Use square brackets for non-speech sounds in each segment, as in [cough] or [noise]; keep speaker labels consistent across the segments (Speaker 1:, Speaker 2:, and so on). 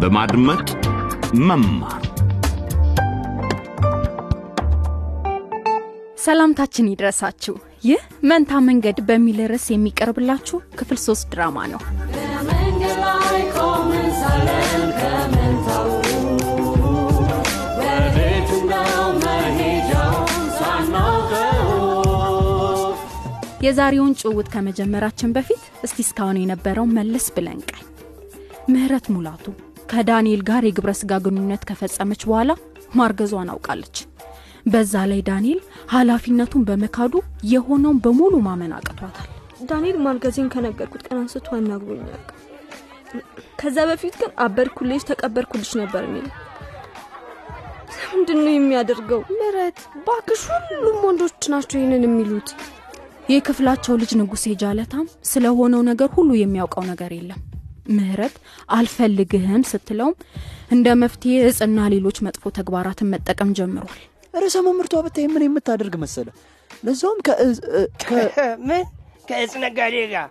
Speaker 1: በማድመጥ መማር
Speaker 2: ሰላምታችን ይድረሳችሁ። ይህ መንታ መንገድ በሚል ርዕስ የሚቀርብላችሁ ክፍል ሶስት ድራማ ነው። የዛሬውን ጭውውት ከመጀመራችን በፊት እስቲ እስካሁን የነበረው መለስ ብለን ቀኝ ምህረት ሙላቱ ከዳንኤል ጋር የግብረ ስጋ ግንኙነት ከፈጸመች በኋላ ማርገዟን አውቃለች። በዛ ላይ ዳንኤል ኃላፊነቱን በመካዱ የሆነውን በሙሉ ማመን አቅቷታል።
Speaker 3: ዳንኤል ማርገዜን ከነገርኩት ቀን አንስቶ አናግሮኛል። ከዛ በፊት ግን አበድኩልሽ፣ ተቀበርኩልሽ ነበር የሚል ምንድን ነው የሚያደርገው?
Speaker 4: ምረት ባክሽ፣ ሁሉም ወንዶች ናቸው ይህንን የሚሉት።
Speaker 2: የክፍላቸው ልጅ ንጉሴ ጃለታም ስለሆነው ነገር ሁሉ የሚያውቀው ነገር የለም። ምህረት አልፈልግህም ስትለውም እንደ መፍትሄ እጽና ሌሎች መጥፎ ተግባራትን መጠቀም ጀምሯል።
Speaker 5: ርዕሰ መምርቷ ብታይ ምን የምታደርግ መሰለ? ለዛውም
Speaker 6: ምን ከእጽ ነጋዴ ጋር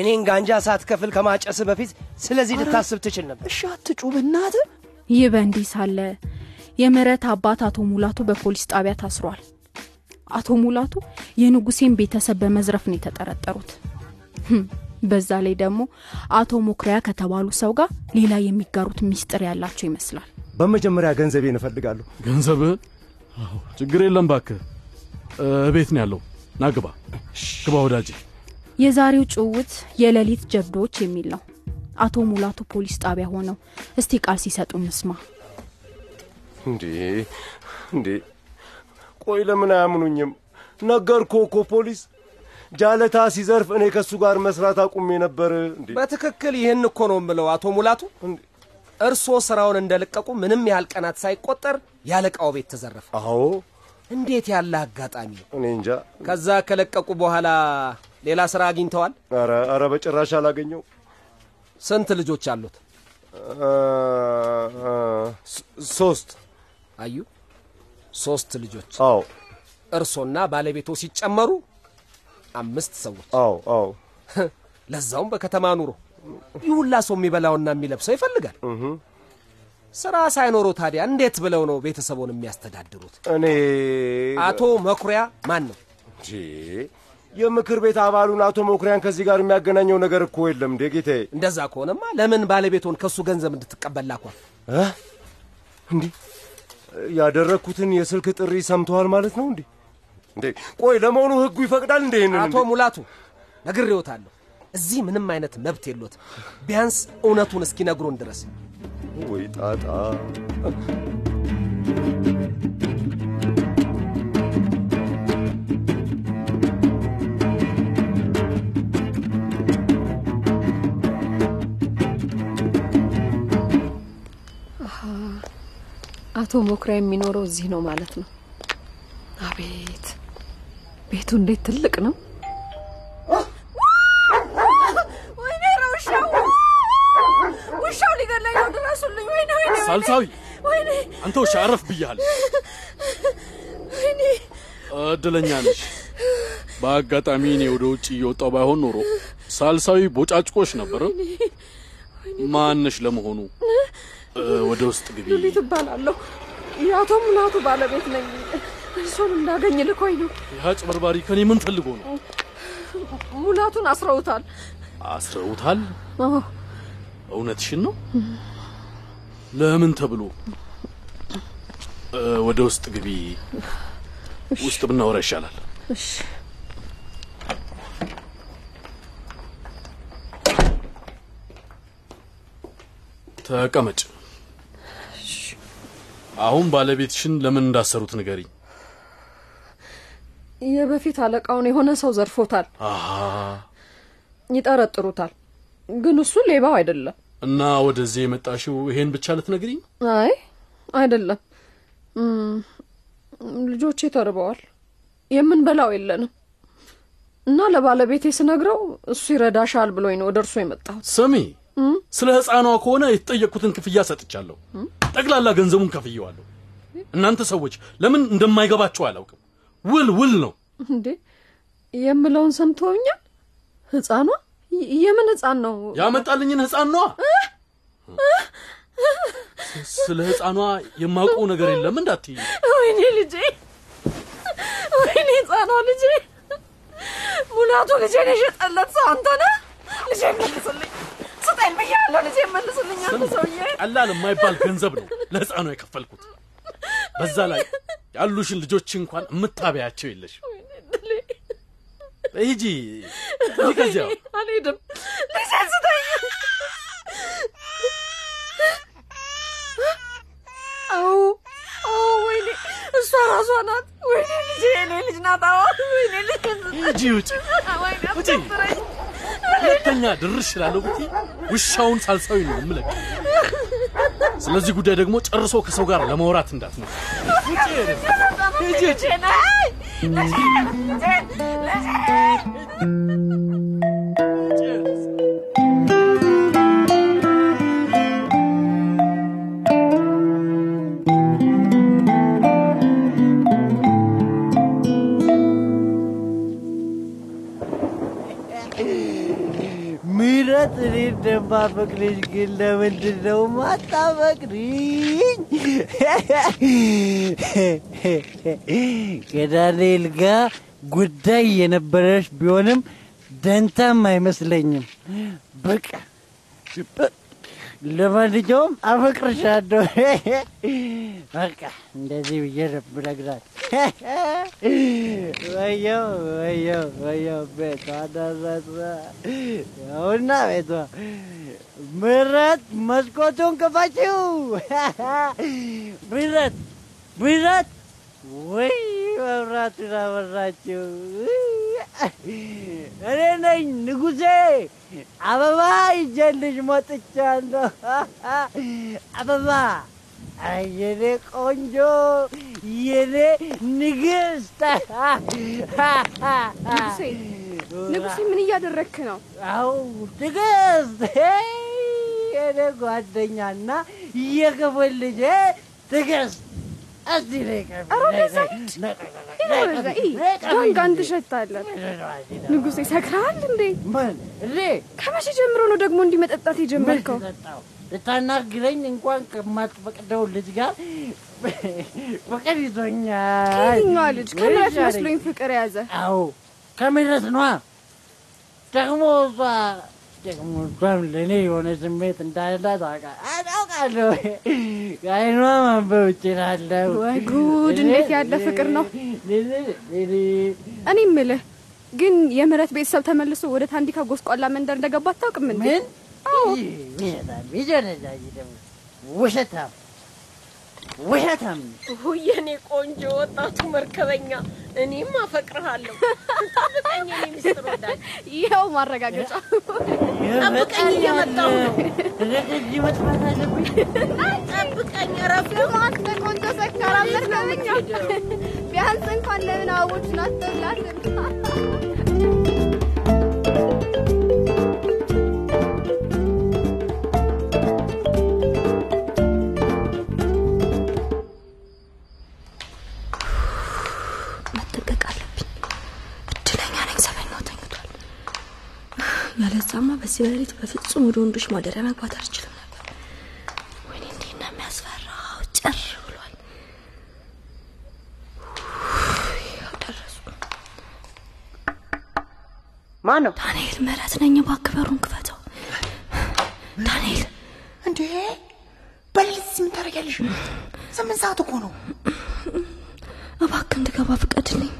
Speaker 6: እኔን ጋንጃ ሳትከፍል ከማጨስ በፊት ስለዚህ ልታስብ ትችል ነበር።
Speaker 5: እሺ አትጩህ በእናትህ።
Speaker 2: ይህ በእንዲህ ሳለ የምህረት አባት አቶ ሙላቱ በፖሊስ ጣቢያ ታስሯል። አቶ ሙላቱ የንጉሴን ቤተሰብ በመዝረፍ ነው የተጠረጠሩት። ህም፣ በዛ ላይ ደግሞ አቶ ሞክሪያ ከተባሉ ሰው ጋር ሌላ የሚጋሩት ሚስጥር ያላቸው ይመስላል።
Speaker 7: በመጀመሪያ ገንዘቤን እፈልጋለሁ።
Speaker 8: ገንዘብ ችግር የለም ባክ ቤት ነው ያለው። ናግባ ግባ ወዳጅ።
Speaker 2: የዛሬው ጭውውት የሌሊት ጀብዶዎች የሚል ነው። አቶ ሙላቱ ፖሊስ ጣቢያ ሆነው እስቲ ቃል ሲሰጡ እንስማ።
Speaker 7: እንዴ እንዴ፣ ቆይ ለምን አያምኑኝም? ነገርኩ እኮ ፖሊስ ጃለታ ሲዘርፍ እኔ ከእሱ ጋር መስራት አቁሜ ነበር። እንዴ
Speaker 6: በትክክል ይህን እኮ ነው የምለው አቶ ሙላቱ። እርስዎ ስራውን እንደለቀቁ ምንም ያህል ቀናት ሳይቆጠር ያለቃው ቤት ተዘረፈ።
Speaker 7: አዎ፣
Speaker 6: እንዴት ያለ አጋጣሚ!
Speaker 7: እኔ እንጃ።
Speaker 6: ከዛ ከለቀቁ በኋላ ሌላ ስራ አግኝተዋል?
Speaker 7: ኧረ ኧረ በጭራሽ አላገኘው።
Speaker 6: ስንት ልጆች አሉት?
Speaker 7: አ፣ አ፣ ሶ- ሶስት
Speaker 6: አዩ ሶስት ልጆች፣
Speaker 7: አዎ
Speaker 6: እርሶና ባለቤቶ ሲጨመሩ አምስት ሰዎች።
Speaker 7: አዎ አዎ
Speaker 6: ለዛውም በከተማ ኑሮ ይህ ሁላ ሰው የሚበላውና የሚለብሰው ይፈልጋል። ስራ ሳይኖረው ታዲያ እንዴት ብለው ነው ቤተሰቡን የሚያስተዳድሩት?
Speaker 7: እኔ
Speaker 6: አቶ መኩሪያ ማን ነው?
Speaker 7: እንጂ የምክር ቤት አባሉን አቶ መኩሪያን ከዚህ ጋር የሚያገናኘው ነገር እኮ የለም እንዴ ጌቴ።
Speaker 6: እንደዛ ከሆነማ ለምን ባለቤቶን ከእሱ ገንዘብ እንድትቀበል ላኳል?
Speaker 7: እንዲህ ያደረግኩትን የስልክ ጥሪ ሰምተዋል ማለት ነው እንዴ? እንዴ ቆይ ለመሆኑ ህጉ ይፈቅዳል እንዴ ይህንን?
Speaker 6: አቶ ሙላቱ ነግሬዎታለሁ፣ እዚህ ምንም አይነት መብት የሎትም። ቢያንስ እውነቱን እስኪነግሩን ድረስ
Speaker 7: ወይ ጣጣ።
Speaker 4: አቶ ሞክሪያ የሚኖረው እዚህ ነው ማለት ነው። አቤት ቤቱ እንዴት ትልቅ ነው!
Speaker 3: ወይኔ ኧረ ውሻው ውሻው ሊገለኝ ነው፣ ድረሱልኝ! ወይኔ ወይኔ
Speaker 8: ሳልሳዊ
Speaker 3: ወይኔ
Speaker 8: አንተ ውሻ አረፍ ብያለሁ።
Speaker 3: ወይኔ
Speaker 8: እድለኛ ነሽ። በአጋጣሚ እኔ ወደ ውጭ እየወጣው ባይሆን ኖሮ ሳልሳዊ ቦጫጭቆሽ ነበር። ማንሽ ለመሆኑ? እ፣ ወደ ውስጥ ግቢ።
Speaker 4: ሉሊት እባላለሁ። የአቶ ሙላቱ ባለቤት ነኝ። እሱን እንዳገኝ ልኮኝ ነው።
Speaker 8: አጭበርባሪ ከኔ ምን ፈልጎ ነው?
Speaker 4: ሙላቱን አስረውታል።
Speaker 8: አስረውታል።
Speaker 4: አዎ፣
Speaker 8: እውነትሽን ነው? ለምን ተብሎ? እ፣ ወደ ውስጥ ግቢ። ውስጥ ብናወራ ይሻላል።
Speaker 4: እሺ።
Speaker 8: ተቀመጭ። አሁን ባለቤትሽን ለምን እንዳሰሩት ንገሪኝ።
Speaker 4: የበፊት አለቃውን የሆነ ሰው ዘርፎታል።
Speaker 8: አሃ
Speaker 4: ይጠረጥሩታል፣ ግን እሱ ሌባው አይደለም።
Speaker 8: እና ወደዚህ የመጣሽው ይሄን ብቻ ልትነግሪኝ?
Speaker 4: አይ አይደለም። እም፣ ልጆቼ ተርበዋል፣ የምንበላው የለንም እና ለባለቤቴ ስነግረው እሱ ይረዳሻል ብሎኝ ነው ወደ እርሱ የመጣሁት።
Speaker 8: ስሚ፣ ስለ ሕፃኗ ከሆነ የተጠየቅኩትን ክፍያ ሰጥቻለሁ። ጠቅላላ ገንዘቡን ከፍየዋለሁ። እናንተ ሰዎች ለምን እንደማይገባችሁ አላውቅም። ውል ውል ነው።
Speaker 4: እንዴ የምለውን ሰምተውኛል? ሕፃኗ ይ- የምን ሕፃን ነው?
Speaker 8: ያመጣልኝን ሕፃን ነዋ። ስለ ህፃኗ የማውቀው ነገር የለም እንዳትይ።
Speaker 4: ወይኔ ልጄ፣ ወይኔ ህፃኗ ልጄ። ሙላቱ ልጄን የሸጠለት ሰው አንተ ነህ? ልጄ መልስልኝ፣ ስጠኝ ብያለሁ። ልጄ መልስልኝ አንተ ሰውዬ።
Speaker 8: ቀላል የማይባል ገንዘብ ነው ለህፃኗ የከፈልኩት። በዛ ላይ ያሉሽን ልጆች እንኳን የምታበያቸው የለሽ።
Speaker 4: ወይኔ እድሌ፣
Speaker 8: ሂጂ ሂጂ ከዚያ
Speaker 4: አልሄድም። ልጄን ስጠኝ። አዎ አዎ፣ ወይኔ እሷ ራሷ ናት። ወይኔ ልጄ፣ የኔ ልጅ ናት። አዎ ወይኔ ልጄን ስጠኝ።
Speaker 8: ሂጂ ውጪ።
Speaker 4: ወይኔ
Speaker 8: ውጪ።
Speaker 4: አታስረኝ።
Speaker 8: ሁለተኛ ድርሽ እላለሁ ብትይ ውሻውን ሳልሳዊ ነው የምለቅ። ስለዚህ ጉዳይ ደግሞ ጨርሶ ከሰው ጋር ለማውራት እንዳትነው።
Speaker 4: ልጄን አይ፣ ልጄን ልጄን ልጄን
Speaker 9: ምህረት እኔ እንደማፈቅርሽ ግን ለምንድን ነው ማታፈቅሪኝ? ከዳኔ ልጋ ጉዳይ የነበረሽ ቢሆንም ደንታም አይመስለኝም። በቃ Типа, ለማንኛውም [laughs] አፈቅርሻለሁ። በቃ እንደዚህ ብዬ ነው [laughs] የምነግራት። ወየው ወየው ወየው ቤቷ ደረሰ። ይኸውና ቤቷ ምህረት፣ መስኮቱን ክፈችው። [laughs] ምህረት ምህረት፣ ወይ መብራቱን አበራችው። እኔ ነኝ ንጉሴ፣ አበባ ይዤልሽ [laughs] መጥቻለሁ። አበባ አይ የኔ ቆንጆ የኔ ንግስት። [laughs]
Speaker 3: ንጉሴ ንጉሴ ምን እያደረግክ ነው?
Speaker 9: አው ትግስት ሄይ፣ የኔ ጓደኛና የክፍል ልጄ ትግስት እስቲ ነይ ቀርቢ፣
Speaker 3: ኧረ
Speaker 9: ነይ፣
Speaker 3: ወደዛ
Speaker 9: ነይ፣
Speaker 3: ሂድ።
Speaker 9: ነይ ቀርቢ፣
Speaker 3: ይሄ ወደዛ፣
Speaker 9: ነይ ቀርቢ፣
Speaker 3: ይሄ
Speaker 9: ነይ ቀርቢ
Speaker 3: ጋንጋን
Speaker 9: እንጂ።
Speaker 3: ትሸታለህ።
Speaker 9: ምን
Speaker 3: ንጉሴ ሰክረሃል እንዴ?
Speaker 9: እኔ
Speaker 3: ከመቼ ጀምሮ ነው ደግሞ እንዲህ መጠጣት የጀመርከው?
Speaker 9: ጠጣው? ልታናግረኝ እንኳን ከማትፈቅደው ልጅ ጋር ፍቅር ይዞኛል።
Speaker 3: የትኛዋ ልጅ ከምረት
Speaker 9: ይሻለኝ።
Speaker 3: መስሎኝ ፍቅር የያዘ
Speaker 9: አዎ ከምረት ነዋ። ደግሞ እሷ ደግሞ እሷም ለእኔ የሆነ ስሜት እንዳላት አውቃ- አውቃለሁ። ከዓይኗ ማንበብ እችላለሁ።
Speaker 3: ወይ ጉድ! እንዴት ያለ ፍቅር ነው! እኔ ምልህ ግን የምህረት ቤተሰብ ተመልሶ ወደ ታንዲካ ጎስቋላ መንደር እንደገባ አታውቅም እንዴ?
Speaker 9: ምን ይሸታል ይሸነዳይ ደግሞ ውሸታም ውሸታም
Speaker 10: የኔ ቆንጆ ወጣቱ መርከበኛ፣ እኔም አፈቅርሃለሁ። ጠብቀኝ፣ የኔ ሚስጥር ወዳጅ።
Speaker 3: ይኸው ማረጋገጫ።
Speaker 10: ጠብቀኝ፣ እየመጣሁ ነው።
Speaker 9: ረገጅ መጥፋት አለብኝ
Speaker 10: ጠብቀኝ፣ እረፍ።
Speaker 3: አንተ ቆንጆ ሰካራም መርከበኛ፣ ቢያንስ እንኳን ለምን አበቦች ናስተላለን
Speaker 11: መጠንቀቅ አለብኝ። እድለኛ ነኝ ሰበኛው ተኝቷል። ያለዛማ በዚህ በሌሊት በፍጹም ወደ ወንዶች ማደሪያ መግባት አልችልም ነበር። ወይኔ እንዲህ ነው የሚያስፈራው። ጭር ብሏል። ያው ደረሱ።
Speaker 10: ማን ነው
Speaker 11: ዳንኤል ምህረት ነኝ። እባክህ በሩን ክፈተው። ዳንኤል
Speaker 10: እንዴ? በሌሊት ምን ታደርጊያለሽ? ስምንት ሰዓት እኮ ነው።
Speaker 11: እባክህ እንድገባ ፍቀድልኝ።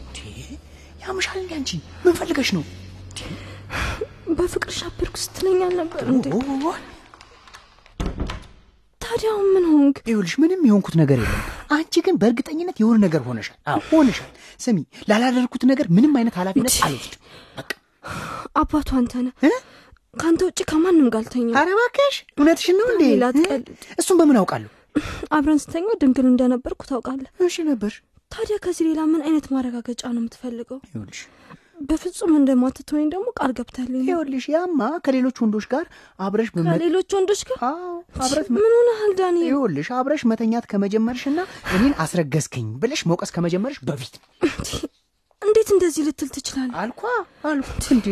Speaker 10: ያምሻል እንዴ አንቺ? ምን ፈልገሽ ነው?
Speaker 11: በፍቅር ሻበርኩ ስትለኝ አልነበር እንዴ?
Speaker 10: ዋ
Speaker 11: ታዲያ አሁን ምን ሆንክ?
Speaker 9: ይኸውልሽ ምንም የሆንኩት ነገር የለም አንቺ ግን በእርግጠኝነት የሆነ ነገር ሆነሻል አዎ ሆነሻል ስሚ ላላደርኩት ነገር ምንም አይነት ኃላፊነት አልወስድም
Speaker 11: አባቱ አንተ ነህ። ከአንተ ውጭ ከማንም ጋር አልተኛም።
Speaker 9: ኧረ እባክሽ እውነትሽን ነው እንዴ
Speaker 11: ዳንኤል፣ አትቀልድ።
Speaker 9: እሱን በምን አውቃለሁ
Speaker 11: አብረን ስተኛ ድንግል እንደነበርኩ ታውቃለህ።
Speaker 9: እሺ ነበር
Speaker 11: ታዲያ ከዚህ ሌላ ምን አይነት ማረጋገጫ ነው የምትፈልገው?
Speaker 9: ይኸውልሽ
Speaker 11: በፍጹም እንደማትተወኝ ደግሞ ቃል ገብተልኝ።
Speaker 9: ይኸውልሽ ያማ ከሌሎች ወንዶች ጋር አብረሽ መመ-
Speaker 11: ከሌሎች ወንዶች ጋር
Speaker 9: አዎ አብረሽ
Speaker 11: ምን ሆነሃል ዳንኤል?
Speaker 9: ይኸውልሽ አብረሽ መተኛት ከመጀመርሽና እኔን አስረገዝከኝ ብለሽ መውቀስ ከመጀመርሽ በፊት ነው።
Speaker 11: እንዴት እንደዚህ ልትል ትችላለህ?
Speaker 9: አልኳ አልኩ እንዴ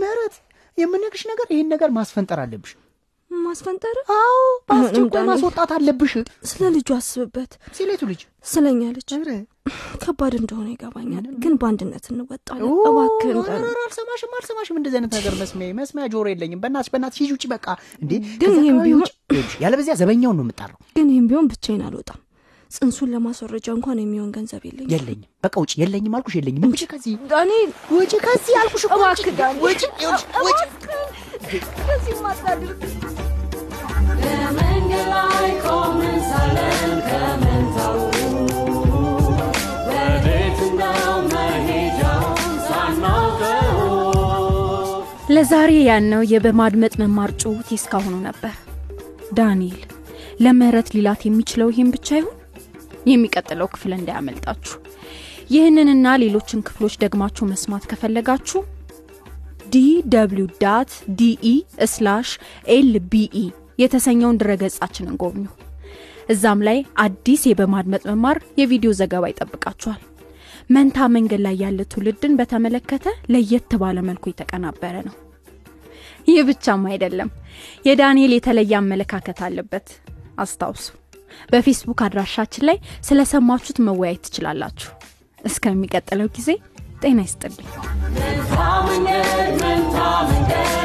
Speaker 9: ምህረት የምነግርሽ ነገር ይህን ነገር ማስፈንጠር አለብሽ
Speaker 11: ማ ማስፈንጠር?
Speaker 6: አዎ፣ በአስቸኳይ ማስወጣት አለብሽ።
Speaker 11: ስለ ልጁ አስብበት።
Speaker 6: ስለቱ ልጅ
Speaker 11: ስለኛ ልጅ ከባድ እንደሆነ ይገባኛል፣ ግን በአንድነት እንወጣለን። እባክህን
Speaker 6: ኧረ፣ ኧረ፣ አልሰማሽም፣ አልሰማሽም። እንደዚህ አይነት ነገር መስሚያ መስሚያ ጆሮ የለኝም። በእናትሽ በእናትሽ ሂጂ ውጪ፣ በቃ እንዴ።
Speaker 11: ግን
Speaker 6: ከዛ
Speaker 11: ይህም
Speaker 6: አካባቢ
Speaker 11: ቢሆን
Speaker 6: ውጪ። ይኸውልሽ፣ ያለበዚያ ዘበኛውን ነው የምጠራው።
Speaker 11: ግን ይህም ቢሆን ብቻዬን አልወጣም። ጽንሱን ለማስወረጃ እንኳን የሚሆን ገንዘብ የለኝም።
Speaker 6: የለኝም፣ በቃ ውጪ። የለኝም አልኩሽ፣ የለኝም። ውጪ ከዚህ
Speaker 11: ዳኒ
Speaker 6: ውጪ ከዚህ አልኩሽ እኮ ውጪ፣ ውጪ፣ ይኸውልሽ፣ ውጪ
Speaker 2: ለዛሬ ያልነው የበማድመጥ መማር ጭውውት እስካሁኑ ነበር። ዳንኤል ለምህረት ሊላት የሚችለው ይህን ብቻ ይሆን? የሚቀጥለው ክፍል እንዳያመልጣችሁ። ይህንንና ሌሎችን ክፍሎች ደግማችሁ መስማት ከፈለጋችሁ ዲ ደብልዩ ዳት ዲኢ ስላሽ ኤል ቢኢ የተሰኘውን ድረገጻችንን ጎብኙ። እዛም ላይ አዲስ የበማድመጥ መማር የቪዲዮ ዘገባ ይጠብቃችኋል። መንታ መንገድ ላይ ያለ ትውልድን በተመለከተ ለየት ባለ መልኩ የተቀናበረ ነው። ይህ ብቻም አይደለም፣ የዳንኤል የተለየ አመለካከት አለበት። አስታውሱ፣ በፌስቡክ አድራሻችን ላይ ስለሰማችሁት መወያየት ትችላላችሁ። እስከሚቀጥለው ጊዜ ጤና ይስጥልኝ።
Speaker 12: መንታ መንገድ መንታ መንገድ